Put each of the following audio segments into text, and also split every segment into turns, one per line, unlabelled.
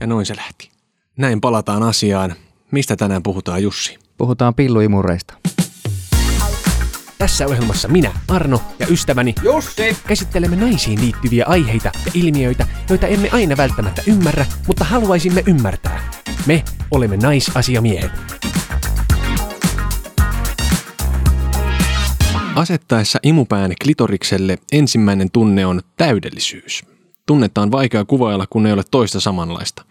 Ja noin se lähti. Näin palataan asiaan. Mistä tänään puhutaan, Jussi?
Puhutaan pilluimureista.
Tässä ohjelmassa minä, Arno ja ystäväni
Jussi!
käsittelemme naisiin liittyviä aiheita ja ilmiöitä, joita emme aina välttämättä ymmärrä, mutta haluaisimme ymmärtää. Me olemme naisasiamiehet. Asettaessa imupään klitorikselle ensimmäinen tunne on täydellisyys. Tunnetta on vaikea kuvailla, kun ei ole toista samanlaista.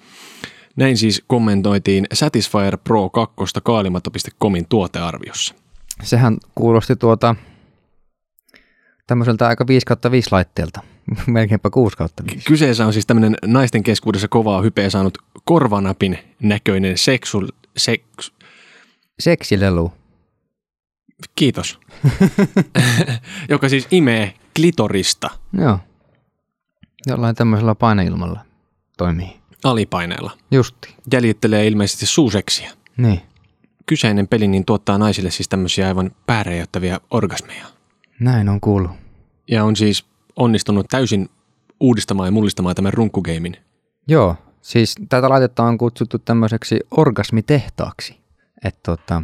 Näin siis kommentoitiin Satisfyer Pro 2 kaalimatta.comin tuotearviossa.
Sehän kuulosti tuota tämmöiseltä aika 5 kautta 5 laitteelta. Melkeinpä 6 kautta 5.
Kyseessä on siis tämmöinen naisten keskuudessa kovaa hypeä saanut korvanapin näköinen seksu... Seks,
Seksilelu.
kiitos. Joka siis imee klitorista
Joo. Jollain tämmöisellä paineilmalla toimii.
alipaineella.
Justi.
Jäljittelee ilmeisesti suuseksiä.
Niin.
Kyseinen peli niin tuottaa naisille siis tämmöisiä aivan pääräjäyttäviä orgasmeja.
Näin on kuullut.
Ja on siis onnistunut täysin uudistamaan ja mullistamaan tämän runkkugeimin.
Joo. Siis tätä laitetta on kutsuttu tämmöiseksi orgasmitehtaaksi. Että tota,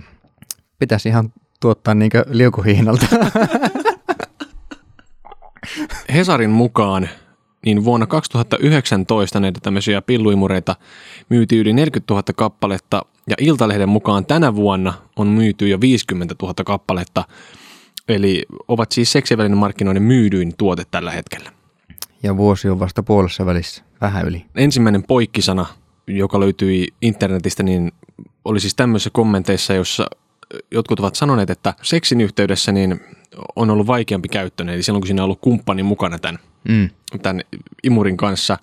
pitäisi ihan tuottaa niinkö liukuhiinalta.
Hesarin mukaan niin vuonna 2019 näitä tämmöisiä pilluimureita myytiin yli 40 000 kappaletta ja Iltalehden mukaan tänä vuonna on myyty jo 50 000 kappaletta. Eli ovat siis seksivälinen markkinoiden myydyin tuote tällä hetkellä.
ja vuosi on vasta puolessa välissä. Vähän yli.
Ensimmäinen poikkisana, joka löytyi internetistä, niin oli siis tämmöisissä kommenteissa, jossa jotkut ovat sanoneet, että seksin yhteydessä niin on ollut vaikeampi käyttöinen, eli silloin kun siinä on ollut kumppani mukana tämän
Mm.
tämän imurin kanssa,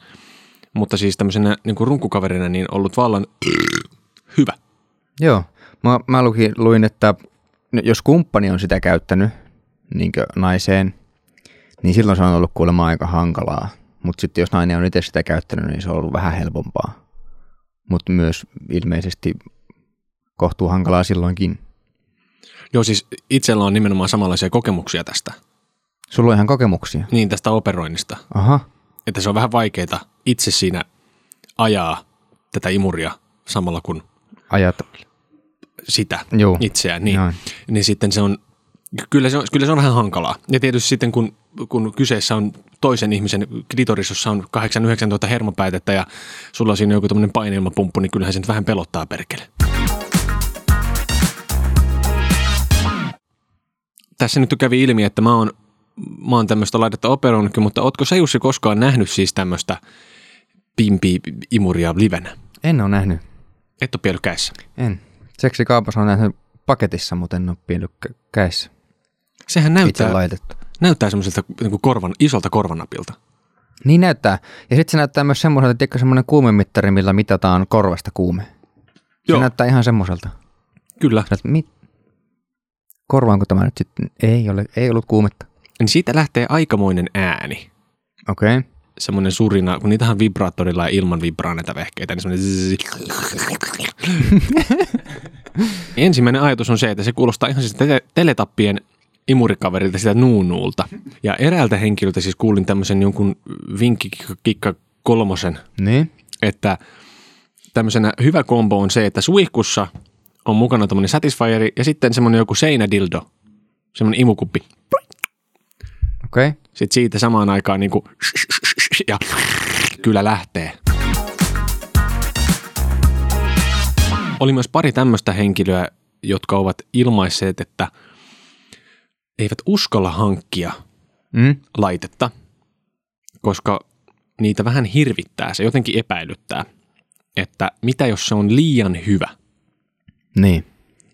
mutta siis tämmöisenä niin kuin runkukaverina niin ollut vallan hyvä.
Joo. Mä, mä lukin, luin, että n- jos kumppani on sitä käyttänyt niin naiseen, niin silloin se on ollut kuulemma aika hankalaa. Mutta sitten jos nainen on itse sitä käyttänyt, niin se on ollut vähän helpompaa. Mutta myös ilmeisesti kohtuu hankalaa silloinkin.
Joo, siis itsellä on nimenomaan samanlaisia kokemuksia tästä,
Sulla on ihan kokemuksia.
niin tästä operoinnista,
Aha.
että se on vähän vaikeaa itse siinä ajaa tätä imuria samalla kun
Ajat.
sitä
Joo.
itseään, niin,
Joo.
niin sitten se on, kyllä se on, kyllä se on vähän hankalaa. Ja tietysti sitten kun, kun kyseessä on toisen ihmisen klitoris, jossa on 8-9 tuota hermopäätettä ja sulla on siinä joku tämmöinen paineilmapumppu, niin kyllähän se nyt vähän pelottaa perkele. Tässä nyt kävi ilmi, että mä oon, mä oon tämmöistä laitetta operoinutkin, mutta ootko sä Jussi koskaan nähnyt siis tämmöistä pimpi-imuria livenä?
En ole nähnyt.
Et ole piellyt kädessä.
En. Seksikaupassa on nähnyt paketissa, mutta en ole piennyt kä- kädessä
Sehän
itse
näyttää,
laitetta.
näyttää semmoiselta niin korvan, isolta korvanapilta.
Niin näyttää. Ja sitten se näyttää myös semmoiselta, tiedätkö semmoinen kuumemittari, millä mitataan korvasta kuume. Se
Joo.
näyttää ihan semmoiselta.
Kyllä.
Sä oot, Mit? Korvaanko tämä nyt sitten? Ei, ole, ei ollut kuumetta.
Niin siitä lähtee aikamoinen ääni.
Okei. Okay.
Semmoinen surina, kun niitähän vibraattorilla ja ilman vibraa näitä vehkeitä, niin semmoinen zzz. Ensimmäinen ajatus on se, että se kuulostaa ihan siis tele- teletappien imurikaverilta sitä nuunuulta. Ja eräältä henkilöltä siis kuulin tämmöisen jonkun vinkkikikka kolmosen
Niin.
että tämmöisenä hyvä kombo on se, että suihkussa on mukana tämmöinen satisfieri ja sitten semmoinen joku seinädildo, semmoinen imukuppi.
Okei. Okay.
Sitten siitä samaan aikaan niin kuin ja kyllä lähtee. Oli myös pari tämmöistä henkilöä, jotka ovat ilmaisseet, että eivät uskalla hankkia
Mm.
laitetta, koska niitä vähän hirvittää, se jotenkin epäilyttää, että mitä jos se on liian hyvä
Niin.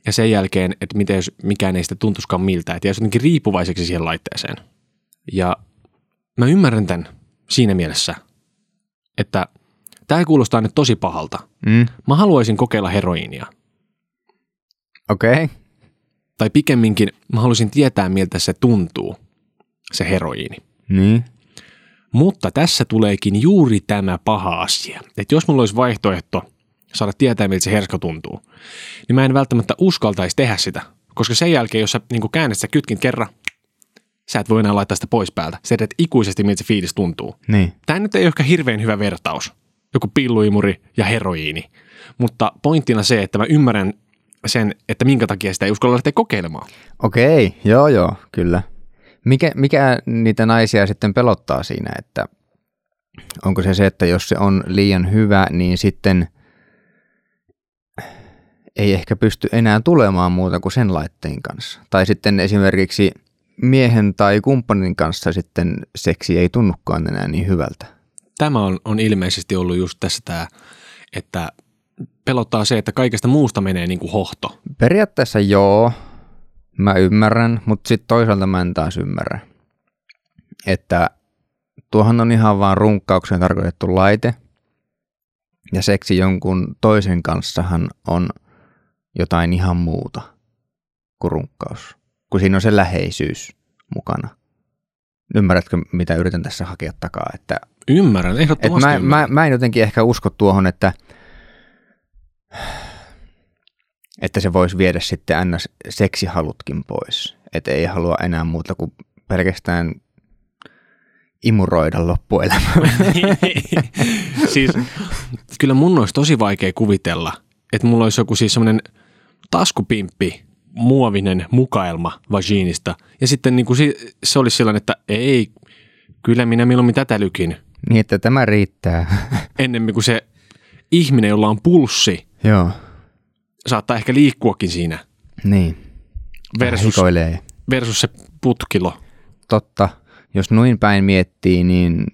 ja sen jälkeen, että miten jos mikään ei sitä tuntuskaan miltä, että jäisi jotenkin riippuvaiseksi siihen laitteeseen. Ja mä ymmärrän tämän siinä mielessä, että tämä kuulostaa nyt tosi pahalta.
Mm.
Mä haluaisin kokeilla heroiinia.
Okei. Okay.
Tai pikemminkin mä haluaisin tietää, miltä se tuntuu, se heroiini.
Niin.
Mutta tässä tuleekin juuri tämä paha asia. Että jos mulla olisi vaihtoehto saada tietää, miltä se herska tuntuu, niin mä en välttämättä uskaltaisi tehdä sitä. Koska sen jälkeen, jos sä niin käännät sä kytkin kerran, sä et voi enää laittaa sitä pois päältä. Sä tiedät ikuisesti, miltä se fiilis tuntuu.
Niin.
Tämä nyt ei ole ehkä hirveän hyvä vertaus, joku pilluimuri ja heroiini. Mutta pointtina se, että mä ymmärrän sen, että minkä takia sitä ei uskalla lähteä kokeilemaan.
Okei, joo joo, kyllä. Mikä, mikä niitä naisia sitten pelottaa siinä, että onko se se, että jos se on liian hyvä, niin sitten ei ehkä pysty enää tulemaan muuta kuin sen laitteen kanssa. Tai sitten esimerkiksi miehen tai kumppanin kanssa sitten seksi ei tunnukaan enää niin hyvältä.
Tämä on, on ilmeisesti ollut just tässä tämä, että pelottaa se, että kaikesta muusta menee niin kuin hohto.
Periaatteessa joo, mä ymmärrän, mutta sitten toisaalta mä en taas ymmärrä. Että tuohan on ihan vaan runkkaukseen tarkoitettu laite. Ja seksi jonkun toisen kanssahan on jotain ihan muuta kuin runkkaus. Kun siinä on se läheisyys mukana. Ymmärrätkö, mitä yritän tässä hakea takaa? Että,
Ymmärrän,
että
ehdottomasti
mä,
ymmärrän.
mä, mä en jotenkin ehkä usko tuohon, että, että se voisi viedä sitten ns. seksihalutkin pois. Että ei halua enää muuta kuin pelkästään imuroida loppuelämää.
siis, kyllä mun olisi tosi vaikea kuvitella, että mulla olisi joku siis semmoinen taskupimppi, muovinen mukaelma vagiinista. Ja sitten niin kuin si- se olisi sellainen, että ei, kyllä minä mieluummin tätä lykin.
niin, että tämä riittää.
Ennemmin kuin se ihminen, jolla on pulssi,
Joo,
saattaa ehkä liikkuakin siinä
niin.
versus,
Hikoilee.
versus se putkilo.
Totta. Jos noin päin miettii, niin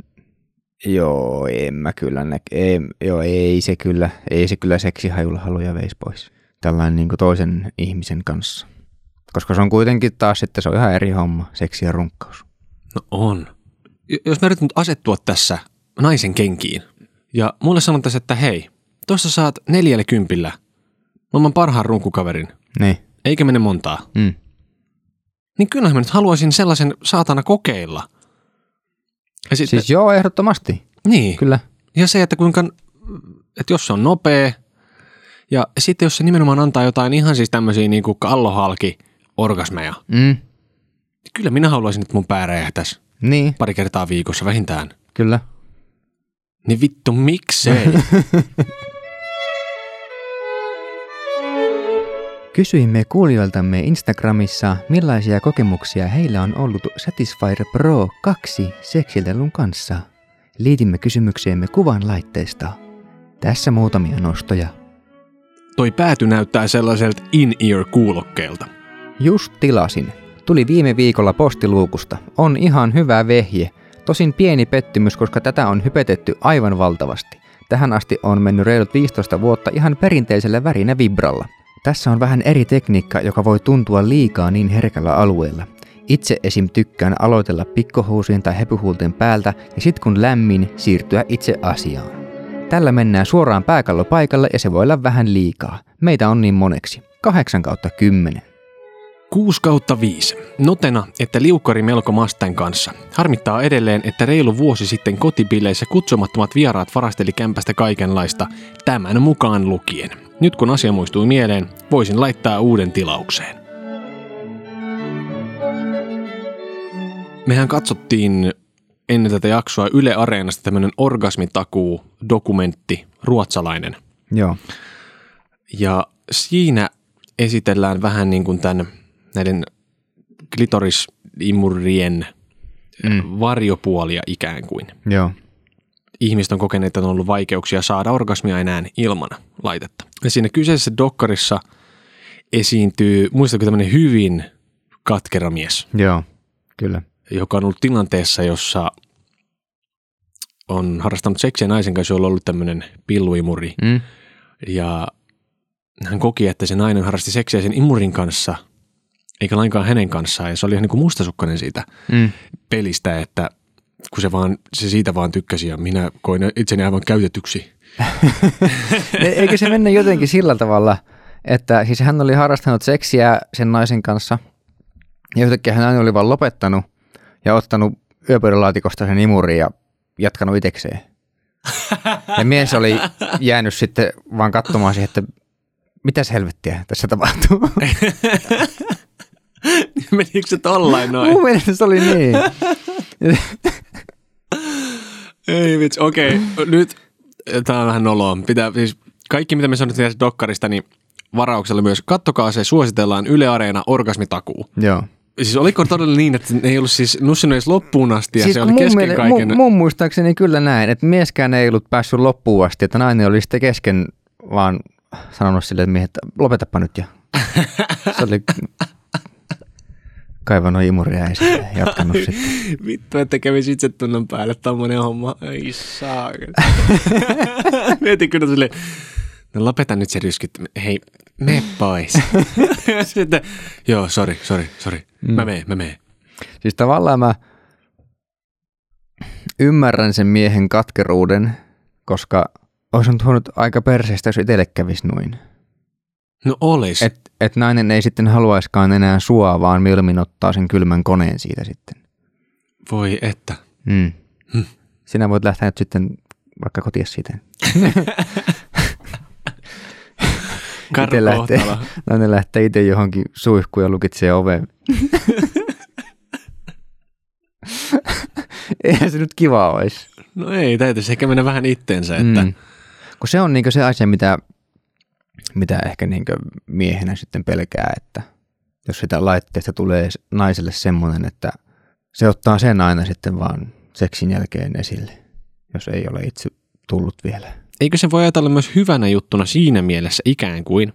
joo, en mä kyllä nä- ei, joo, ei se kyllä, ei se kyllä seksihajulla haluja veisi pois. Tällainen niin toisen ihmisen kanssa. Koska se on kuitenkin taas sitten, se on ihan eri homma, seksi ja runkkaus.
No on. J- Jos mä yritän nyt asettua tässä naisen kenkiin, ja mulle sanotaan, että hei, tuossa saat neljällä kympillä maailman parhaan runkukaverin,
Niin.
eikä mene montaa,
Mm.
niin kyllähän mä nyt haluaisin sellaisen saatana kokeilla. Ja sitten, siis,
Siis joo, ehdottomasti.
niin.
Kyllä.
Ja se, että kuinka, että jos se on nopea, ja sitten jos se nimenomaan antaa jotain ihan siis tämmöisiä niin kuin kallohalki orgasmeja,
Mm.
niin kyllä minä haluaisin, että mun pää räjähtäisi
Niin,
pari kertaa viikossa vähintään.
kyllä.
Niin vittu, miksei?
Kysyimme kuulijoiltamme Instagramissa, millaisia kokemuksia heillä on ollut Satisfyer Pro 2 seksilelun kanssa. Liitimme kysymykseemme kuvan laitteesta. Tässä muutamia nostoja.
Toi pääty näyttää sellaiselta in-ear-kuulokkeelta.
Just tilasin. Tuli viime viikolla postiluukusta. On ihan hyvä vehje. Tosin pieni pettymys, koska tätä on hypetetty aivan valtavasti. Tähän asti on mennyt reilut 15 vuotta ihan perinteisellä värinä vibralla. Tässä on vähän eri tekniikka, joka voi tuntua liikaa niin herkällä alueella. Itse esim. tykkään aloitella pikkohousujen tai hepyhuulten päältä ja sit kun lämmin, siirtyä itse asiaan. Tällä mennään suoraan pääkallopaikalle ja se voi olla vähän liikaa. Meitä on niin moneksi. 8 kautta 10.
6 kautta 5. Notena, että liukari melko masten kanssa. Harmittaa edelleen, että reilu vuosi sitten kotibileissä kutsumattomat vieraat varasteli kämpästä kaikenlaista, tämän mukaan lukien. Nyt kun asia muistuu mieleen, voisin laittaa uuden tilaukseen. Mehän katsottiin ennen tätä jaksoa Yle Areenasta tämmönen orgasmitakuu-dokumentti, ruotsalainen.
Joo.
Ja siinä esitellään vähän niin kuin tämän näiden klitorisimurien mm. varjopuolia ikään kuin.
Joo.
Ihmiset on kokeneet, että on ollut vaikeuksia saada orgasmia enää ilman laitetta. Ja siinä kyseisessä dokkarissa esiintyy, muistatko tämmöinen hyvin katkera mies,
Joo. Kyllä.
joka on ollut tilanteessa, jossa on harrastanut seksiä naisen kanssa, jolla on ollut tämmöinen pilluimuri –
Mm.
Ja hän koki, että se nainen harrasti seksiä sen imurin kanssa, eikä lainkaan hänen kanssaan. Ja se oli ihan niin kuin mustasukkainen siitä
Mm.
pelistä, että kun se, vaan, se siitä vaan tykkäsi ja minä koin itseni aivan käytetyksi.
E- Eikö se mennä jotenkin sillä tavalla, että siis hän oli harrastanut seksiä sen naisen kanssa ja yhtäkkiä hän aina oli vaan lopettanut ja ottanut yöpöydänlaatikosta sen imurin ja jatkanut itekseen. Ja mies oli jäänyt sitten vaan katsomaan siihen, että mitäs helvettiä tässä tapahtuu.
Menikö se tollain noin?
Mun mielestä se oli niin.
Ei vitsi, okei. Nyt Tämä on vähän noloa. Pitää, siis kaikki, mitä me sanottiin tästä dokkarista, niin varauksella myös. Kattokaa se, suositellaan Yle Areena orgasmitakuu.
Joo.
Siis oliko todella niin, että ne ei ollut siis nussinut edes loppuun asti ja siis se
kun
oli kesken
miele-
kaiken?
Mun, mun muistaakseni kyllä näin, että mieskään ei ollut päässyt loppuun asti, että nainen oli sitten kesken vaan sanonut sille, että miehet, lopetapa nyt ja se oli kaivannut imuria ja sitten jatkanut sitten.
Vittu, että kävisi itsetunnon päälle tommonen homma. Ei saa. Mietin kyllä sille, no lopeta nyt se ryskyt. Hei, me pois. Sitten, joo, sori, sori, sori. Mä meen, mä meen.
Siis tavallaan mä ymmärrän sen miehen katkeruuden, koska olisi nyt huonut aika perseestä, jos itselle kävisi noin.
No olis. Et,
Että et nainen ei sitten haluaiskaan enää sua, vaan mieluummin ottaa sen kylmän koneen siitä sitten.
Voi että.
Mm. Sinä voit lähteä nyt sitten vaikka kotiin siitä.
Karko
Itse lähtee, nainen No lähtee itse johonkin suihkuun ja lukitsee oven. Eihän se nyt kiva olisi.
No ei, täytyisi ehkä mennä vähän itteensä, että mm.
Mm. Kun se on niinku se asia, mitä, mitä ehkä niinku miehenä sitten pelkää, että jos sitä laitteesta tulee s- naiselle semmoinen, että se ottaa sen aina sitten vaan seksin jälkeen esille, jos ei ole itse tullut vielä.
eikö se voi ajatella myös hyvänä juttuna siinä mielessä ikään kuin,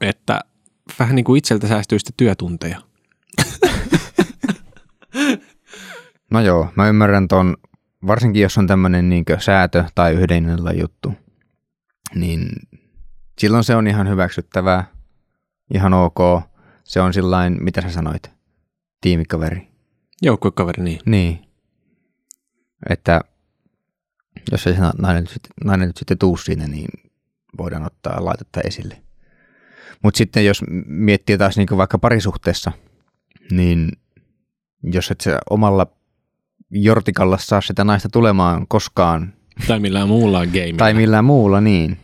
että vähän niin kuin itseltä säästyy sitten työtunteja.
No joo, mä ymmärrän ton, varsinkin jos on tämmöinen niin säätö tai yhden illan juttu, niin silloin se on ihan hyväksyttävää, ihan ok. Se on sillain, mitä sä sanoit, tiimikaveri.
Joukkuekaveri, niin.
Niin. Että jos ei se na- nainen, nyt sitten- nainen nyt sitten tuu siinä, niin voidaan ottaa laitetta esille. Mutta sitten jos m- miettii taas niin vaikka parisuhteessa, niin jos et sä omalla jortikalla saa sitä naista tulemaan koskaan
Tai millään muulla game.
tai millään muulla, niin.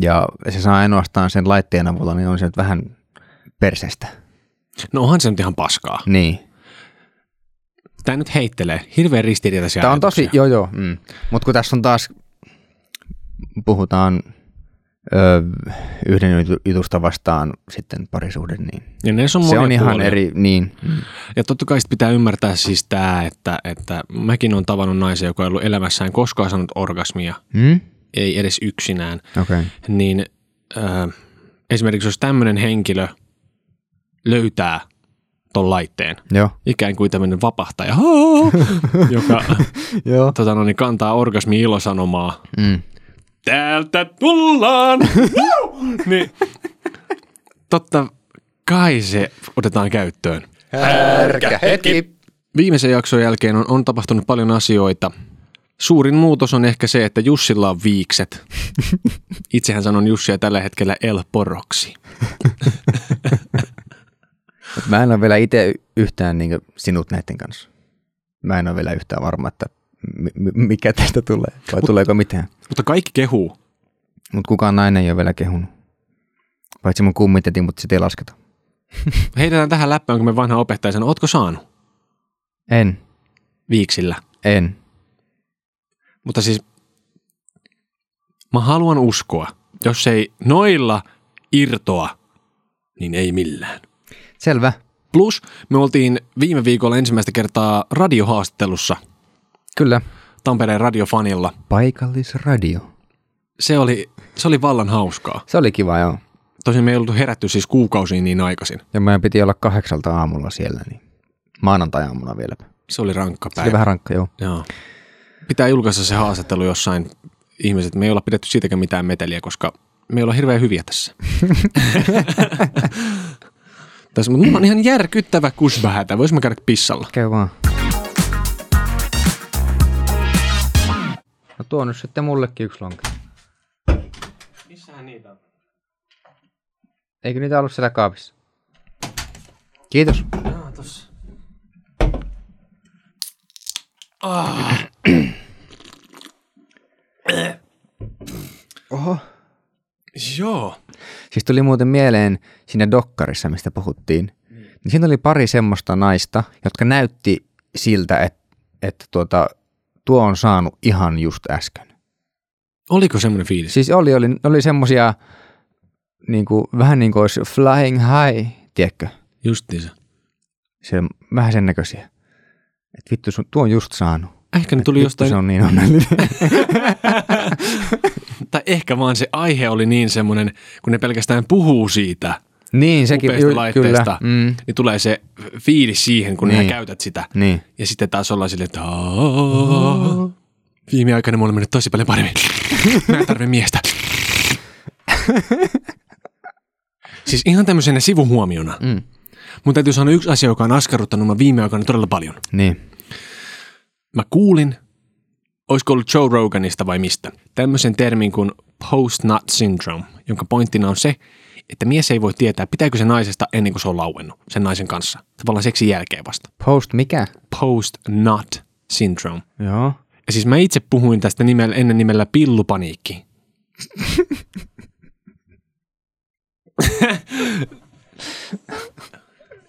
Ja se saa ainoastaan sen laitteen avulla, niin on se nyt vähän persestä.
No onhan se nyt ihan paskaa.
Niin.
Tämä nyt heittelee. Hirveän ristiriitaisia
Tämä on tosi,
ajatuksia.
joo joo. Mm. Mutta kun tässä on taas, puhutaan ö, yhden jutu- jutusta vastaan sitten parisuhde, niin
Ja ne on
se
monia
on ihan
puolia. Mm.
eri, niin.
Ja totta kai sit pitää ymmärtää siis tämä, että, että mäkin on tavannut naisen, joka ei ollut elämässään koskaan saanut orgasmia,
Mm?
ei edes yksinään.
Okei. Okay.
Niin äh, esimerkiksi jos tämmöinen henkilö löytää ton laitteen,
Joo.
ikään kuin tämmöinen vapahtaja, joka
Joo.
tota, no, niin kantaa orgasmi ilosanomaa
Mm.
täältä tullaan. niin, totta kai se otetaan käyttöön.
Härkä hetki.
Viimeisen jakson jälkeen on, on tapahtunut paljon asioita. Suurin muutos on ehkä se, että Jussilla on viikset. Itsehän sanon Jussia tällä hetkellä El Poroksi.
Mä en ole vielä itse yhtään niin sinut näiden kanssa. Mä en ole vielä yhtään varma, että mi- mi- mikä tästä tulee, vai tuleeko mitään.
Mutta kaikki kehuu.
Mutta kukaan nainen ei ole vielä kehunut. Paitsi mun kummiteti, mutta sitä ei lasketa.
Heitetään tähän läppään, kun me vanha opettaja sanoo, ootko saanut
En,
viiksillä?
en.
Mutta siis mä haluan uskoa, jos ei noilla irtoa, niin ei millään.
Selvä.
Plus me oltiin viime viikolla ensimmäistä kertaa radiohaastattelussa
Kyllä.
Tampereen radiofanilla.
Paikallisradio.
Se oli, se oli vallan hauskaa.
Se oli kiva, joo.
Tosin me ei oltu herätty siis kuukausiin niin aikaisin.
Ja meidän piti olla kahdeksalta aamulla siellä, niin maanantai-aamuna vielä. Se
Se oli rankka
oli
päivä.
vähän rankka, joo.
Joo. Pitää julkaista se haastattelu jossain ihmiset. Me ei olla pidetty siitäkään mitään meteliä, koska me ollaan hirveän hyviä tässä. tässä mutta mulla on ihan järkyttävä kusvähätä. Vois mä käydä pissalla.
Käy vaan. No tuo nyt sitten mullekin yksi lonke.
Missähän niitä on?
Eikö niitä ollut siellä kaapissa? Kiitos.
Jaa, tossa. Ah,
Oho.
joo.
Siis tuli muuten mieleen siinä dokkarissa, mistä puhuttiin. Niin siinä oli pari semmoista naista, jotka näytti siltä, että, että tuota, tuo on saanut ihan just äsken.
Oliko semmoinen fiilis?
Siis oli, oli, oli semmosia niin kuin, vähän niin kuin olisi flying high, tiedätkö?
Justiinsa.
Se, vähän sen näköisiä. Et vittu, sun, tuo on just saanut.
Ehkä ne
Et
tuli
vittu,
jostain,
Se on niin onnellinen.
tai ehkä vaan se aihe oli niin semmoinen, kun ne pelkästään puhuu siitä,
niin, sekin.
Upeista
ju-
laitteista.
Kyllä. Mm,
niin tulee se fiilis siihen, kun niin.
Niin.
käytät sitä.
niin.
Ja sitten taas ollaan silleen, että viime aikana mulla on mennyt tosi paljon paremmin. Mä en tarvi miestä. Siis ihan tämmöisenä sivuhuomiona.
Mm.
Mun täytyy sanoa yksi asia, joka on askarruttanut mä viime aikoina todella paljon.
Niin.
Mä kuulin, olisiko ollut Joe Roganista vai mistä, tämmöisen termin kuin post-nut syndrome, jonka pointtina on se, että mies ei voi tietää, pitääkö se naisesta ennen kuin se on lauennut sen naisen kanssa. Tavallaan seksin jälkeen vasta.
Post mikä?
Post-nut syndrome.
Joo.
Ja siis mä itse puhuin tästä nimellä, ennen nimellä pillupaniikki.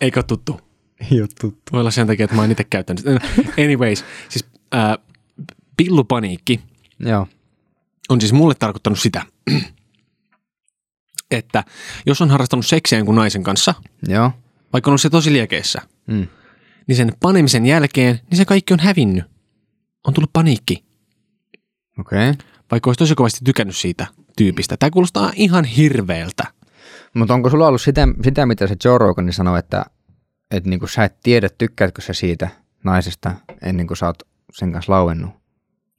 Eikö ole tuttu?
Ei ole tuttu.
Voi olla sen takia, että mä en itse käyttänyt sitä. Anyways, siis ää, pillupaniikki
Joo.
on siis mulle tarkoittanut sitä, että jos on harrastanut seksiä jonkun naisen kanssa,
Joo.
vaikka on ollut se tosi liekeissä,
Mm.
niin sen panemisen jälkeen, niin se kaikki on hävinnyt. On tullut paniikki.
Okei. Okay.
vaikka olisi tosi kovasti tykännyt siitä tyypistä. Tämä kuulostaa ihan hirveältä.
Mutta onko sulla ollut sitä, sitä mitä se Joe Rogan sanoi, että, että niinku sä et tiedä, tykkäätkö sä siitä naisesta ennen kuin sä oot sen kanssa lauennut?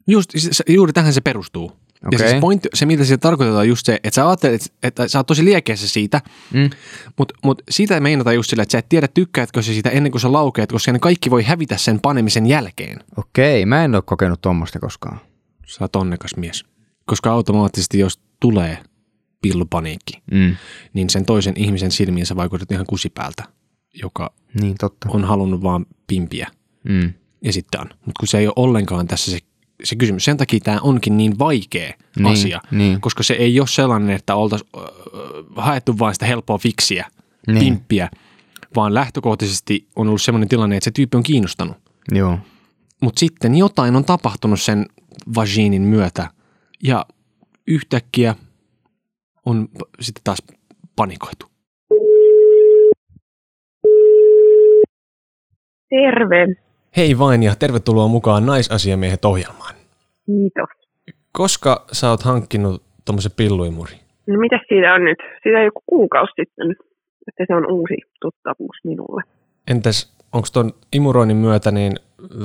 Just, siis se- se- juuri tähän se perustuu. Okay. Ja
Okei.
siis point, se, mitä siitä tarkoitetaan, on just se, että sä ajattelet, että sä oot tosi liekeessä siitä,
Mm.
mutta mut siitä meinataan just sillä, että sä et tiedä, tykkäätkö sä siitä ennen kuin sä laukeat, koska ne kaikki voi hävitä sen panemisen jälkeen.
Okei, mä en ole kokenut tuommoista koskaan.
Sä oot onnekas mies. Koska automaattisesti, jos tulee pillupaniikki,
Mm.
niin sen toisen ihmisen silmiin sä vaikutat ihan kusipäältä, joka
Niin, totta.
on halunnut vaan pimpiä.
Mm.
ja sitten on. Mutta kun se ei ole ollenkaan tässä se, se kysymys. Sen takia tämä onkin niin vaikea niin,
Niin,
asia,
niin.
koska se ei ole sellainen, että oltaisiin haettu vain sitä helppoa fiksiä, niin.
Niin.
pimppiä, vaan lähtökohtaisesti on ollut sellainen tilanne, että se tyyppi on kiinnostanut.
Joo.
Mutta sitten jotain on tapahtunut sen vaginin myötä ja yhtäkkiä on p- sitten taas panikoitu.
Terve.
Hei vain ja tervetuloa mukaan naisasiamiehet ohjelmaan.
Kiitos.
Koska sä oot hankkinut tuommoisen pilluimurin?
No mitä siitä on nyt? Siitä on joku kuukausi sitten, että se on uusi tuttavuus minulle.
Entäs onko tuon imuroinnin myötä niin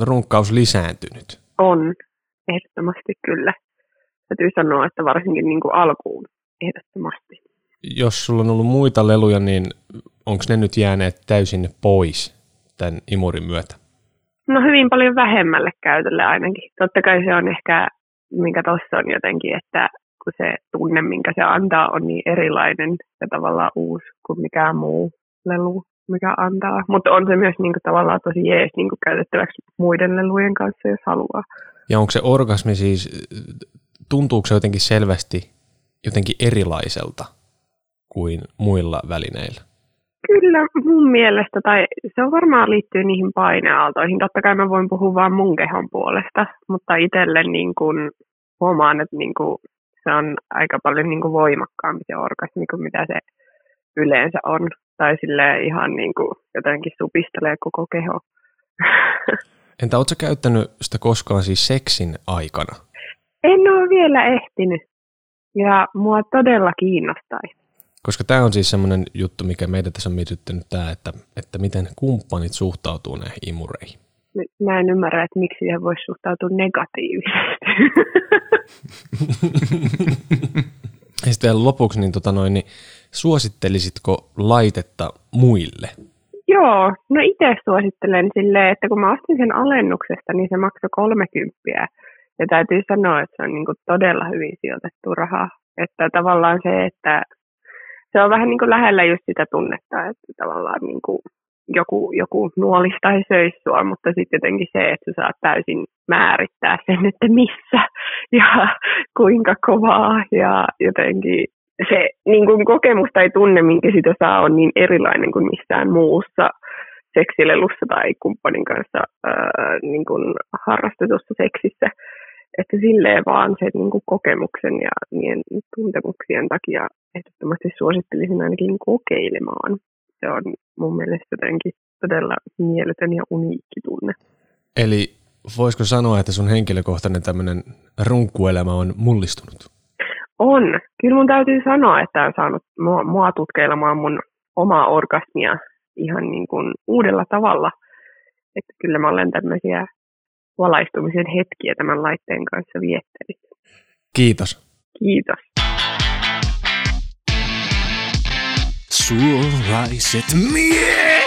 runkkaus lisääntynyt?
On, ehdottomasti kyllä. Täytyy sanoa, että varsinkin niin kuin alkuun ehdottomasti.
Jos sulla on ollut muita leluja, niin onko ne nyt jääneet täysin pois tämän imurin myötä?
No hyvin paljon vähemmälle käytölle ainakin. Totta kai se on ehkä, mikä tuossa on jotenkin, että kun se tunne, minkä se antaa, on niin erilainen ja tavallaan uusi kuin mikään muu lelu, mikä antaa. Mutta on se myös niin kuin, tavallaan tosi jees niin kuin käytettäväksi muiden lelujen kanssa, jos haluaa.
Ja onko se orgasmi siis, tuntuuko se jotenkin selvästi jotenkin erilaiselta kuin muilla välineillä?
Kyllä mun mielestä, tai se on varmaan liittyy niihin paineaaltoihin. Totta kai mä voin puhua vaan mun kehon puolesta, mutta itselle niin kun huomaan, että niin kun se on aika paljon niin kun voimakkaampi se orgasmi kuin mitä se yleensä on. Tai sille ihan niin kun jotenkin supistelee koko keho.
Entä ootko sä käyttänyt sitä koskaan siis seksin aikana?
en ole vielä ehtinyt. Ja mua todella kiinnostaisi.
Koska tämä on siis semmoinen juttu, mikä meidän tässä on mietittänyt tämä, että, että miten kumppanit suhtautuu näihin imureihin.
Nyt Mä en ymmärrä, että miksi siihen voisi suhtautua negatiivisesti.
Ja sitten vielä lopuksi, niin, tota noin, niin suosittelisitko laitetta muille?
Joo, no itse suosittelen silleen, että kun mä ostin sen alennuksesta, niin se maksoi 30. Ja täytyy sanoa, että se on niin todella hyvin sijoitettu raha. Että tavallaan se, että se on vähän niin lähellä just sitä tunnetta, että tavallaan niin joku, joku nuolisi tai söisi sua, mutta sitten jotenkin se, että sä saat täysin määrittää sen, että missä ja kuinka kovaa ja jotenkin se niin kuin kokemus tai tunne, minkä sitä saa, on niin erilainen kuin missään muussa seksilelussa tai kumppanin kanssa ää, niin kuin harrastetussa seksissä. että silleen vaan sen niin kuin kokemuksen ja niiden tuntemuksien takia ehdottomasti suosittelisin ainakin kokeilemaan. Se on mun mielestä jotenkin todella mieletön ja uniikki tunne.
Eli voisiko sanoa, että sun henkilökohtainen tämmöinen runkkuelämä on mullistunut?
On. Kyllä mun täytyy sanoa, että on saanut mua, mua tutkeilemaan mun omaa orgasmia ihan niin kuin uudella tavalla. Että kyllä mä olen tämmöisiä valaistumisen hetkiä tämän laitteen kanssa viettänyt.
Kiitos.
Kiitos.
Suolaiset miehet!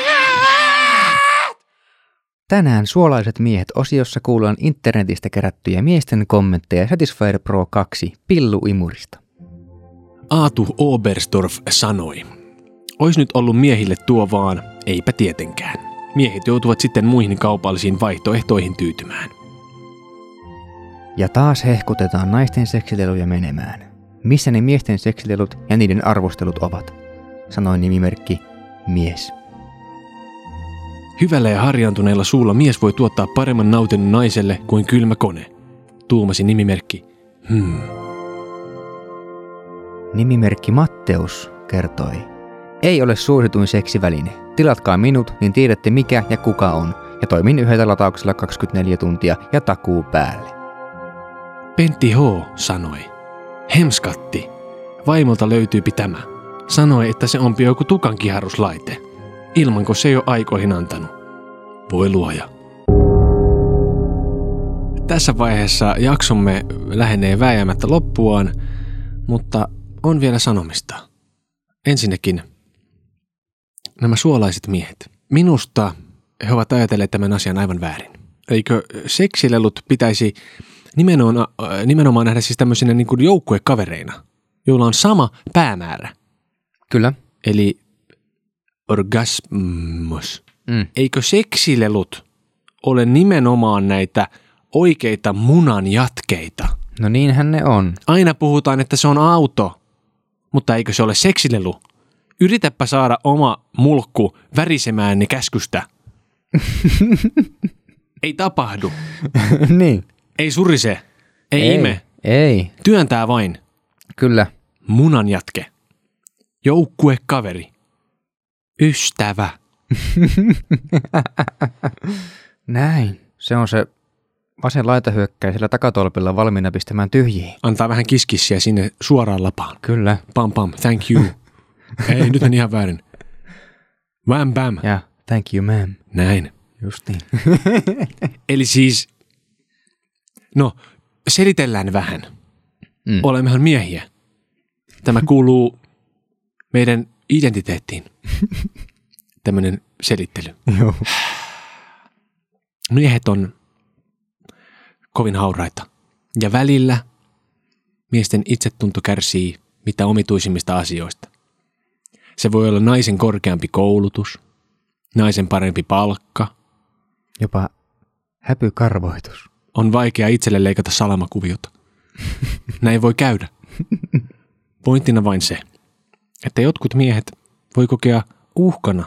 Tänään Suolaiset miehet osiossa kuullaan internetistä kerättyjä miesten kommentteja Satisfyer Pro 2 pilluimurista.
Aatu Oberstorff sanoi, Ois nyt ollut miehille tuo vaan, eipä tietenkään. Miehet joutuvat sitten muihin kaupallisiin vaihtoehtoihin tyytymään.
Ja taas hehkutetaan naisten seksileluja menemään. Missä ne miesten seksilelut ja niiden arvostelut ovat? Sanoi nimimerkki Mies.
Hyvällä ja harjaantuneella suulla mies voi tuottaa paremman nautinnon naiselle kuin kylmä kone. Tuumasi nimimerkki. Hmm.
Nimimerkki Matteus kertoi. Ei ole suosituin seksiväline. Tilatkaa minut, niin tiedätte mikä ja kuka on. Ja toimin yhdellä latauksella 24 tuntia ja takuu päälle.
Pentti H. sanoi. Hemskatti. Vaimolta löytyypi tämä. Sanoi, että se onpi joku tukankiharruslaite. Ilmanko se ei ole aikoihin antanut. Voi luoja. Tässä vaiheessa jaksomme lähenee vääjäämättä loppuaan, mutta on vielä sanomista. Ensinnäkin nämä suolaiset miehet. Minusta he ovat ajatelleet tämän asian aivan väärin. Eikö seksilelut pitäisi nimenomaan, äh, nimenomaan nähdä siis tämmöisinä niin kuin joukkuekavereina, joilla on sama päämäärä,
Kyllä.
eli orgasmus.
Mm.
Eikö seksilelut ole nimenomaan näitä oikeita munan jatkeita?
No niinhän ne on.
Aina puhutaan, että se on auto, mutta eikö se ole seksilelu? Yritäpä saada oma mulkku värisemään ne käskystä. ei tapahdu.
niin.
Ei surise. Ei, ei ime.
Ei.
Työntää vain.
Kyllä.
Munan jatke. Joukkuekaveri. Ystävä.
Näin. Se on se vasen laitahyökkäjä siellä takatolpilla valmiina pistämään tyhjiin.
Antaa vähän kiskissiä sinne suoraan lapaan.
Kyllä.
Pam pam, thank you. ei, nyt on ihan väärin. Wham bam.
Ja thank you ma'am.
Näin.
Just niin.
Eli siis, no selitellään vähän.
Mm.
Mm. Olemmehan miehiä. Tämä kuuluu meidän identiteettiin. Tämmöinen selittely.
Joo.
Miehet on kovin hauraita. Ja välillä miesten itsetunto kärsii mitä omituisimmista asioista. Se voi olla naisen korkeampi koulutus, naisen parempi palkka,
Jopa häpykarvoitus.
on vaikea itselle leikata salamakuviota. Näin voi käydä. Pointtina vain se, että jotkut miehet voi kokea uhkana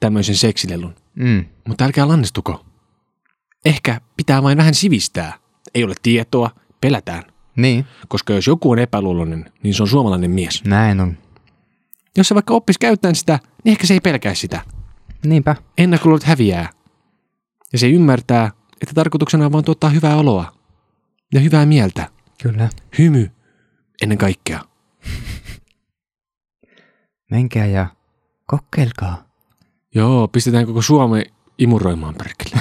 tämmöisen seksilelun,
Mm.
mutta älkää lannistuko. Ehkä pitää vain vähän sivistää. Ei ole tietoa, pelätään.
Niin.
Koska jos joku on epäluuloinen, niin se on suomalainen mies.
Näin on.
Jos se vaikka oppisi käyttämään sitä, niin ehkä se ei pelkää sitä.
Niinpä.
ennakkoluulot häviää. Ja se ymmärtää, että tarkoituksena on vain tuottaa hyvää oloa. Ja hyvää mieltä.
Kyllä.
Hymy. Ennen kaikkea.
Menkää ja kokeilkaa.
Joo, pistetään koko Suomi imuroimaan perkele.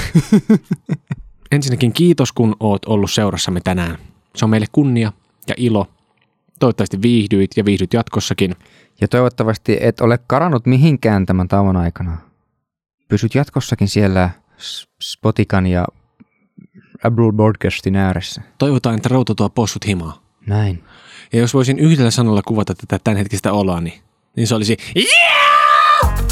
Ensinnäkin kiitos, kun oot ollut seurassamme tänään. Se on meille kunnia ja ilo. Toivottavasti viihdyit ja viihdyt jatkossakin.
Ja toivottavasti et ole karannut mihinkään tämän tauon aikana. Pysyt jatkossakin siellä S- Spotikan ja Abroad Broadcastin ääressä.
Toivotaan, että routatua possut himaa.
Näin.
niin Ja jos voisin yhdellä sanalla kuvata tätä tämänhetkistä oloani, niin se olisi yeah!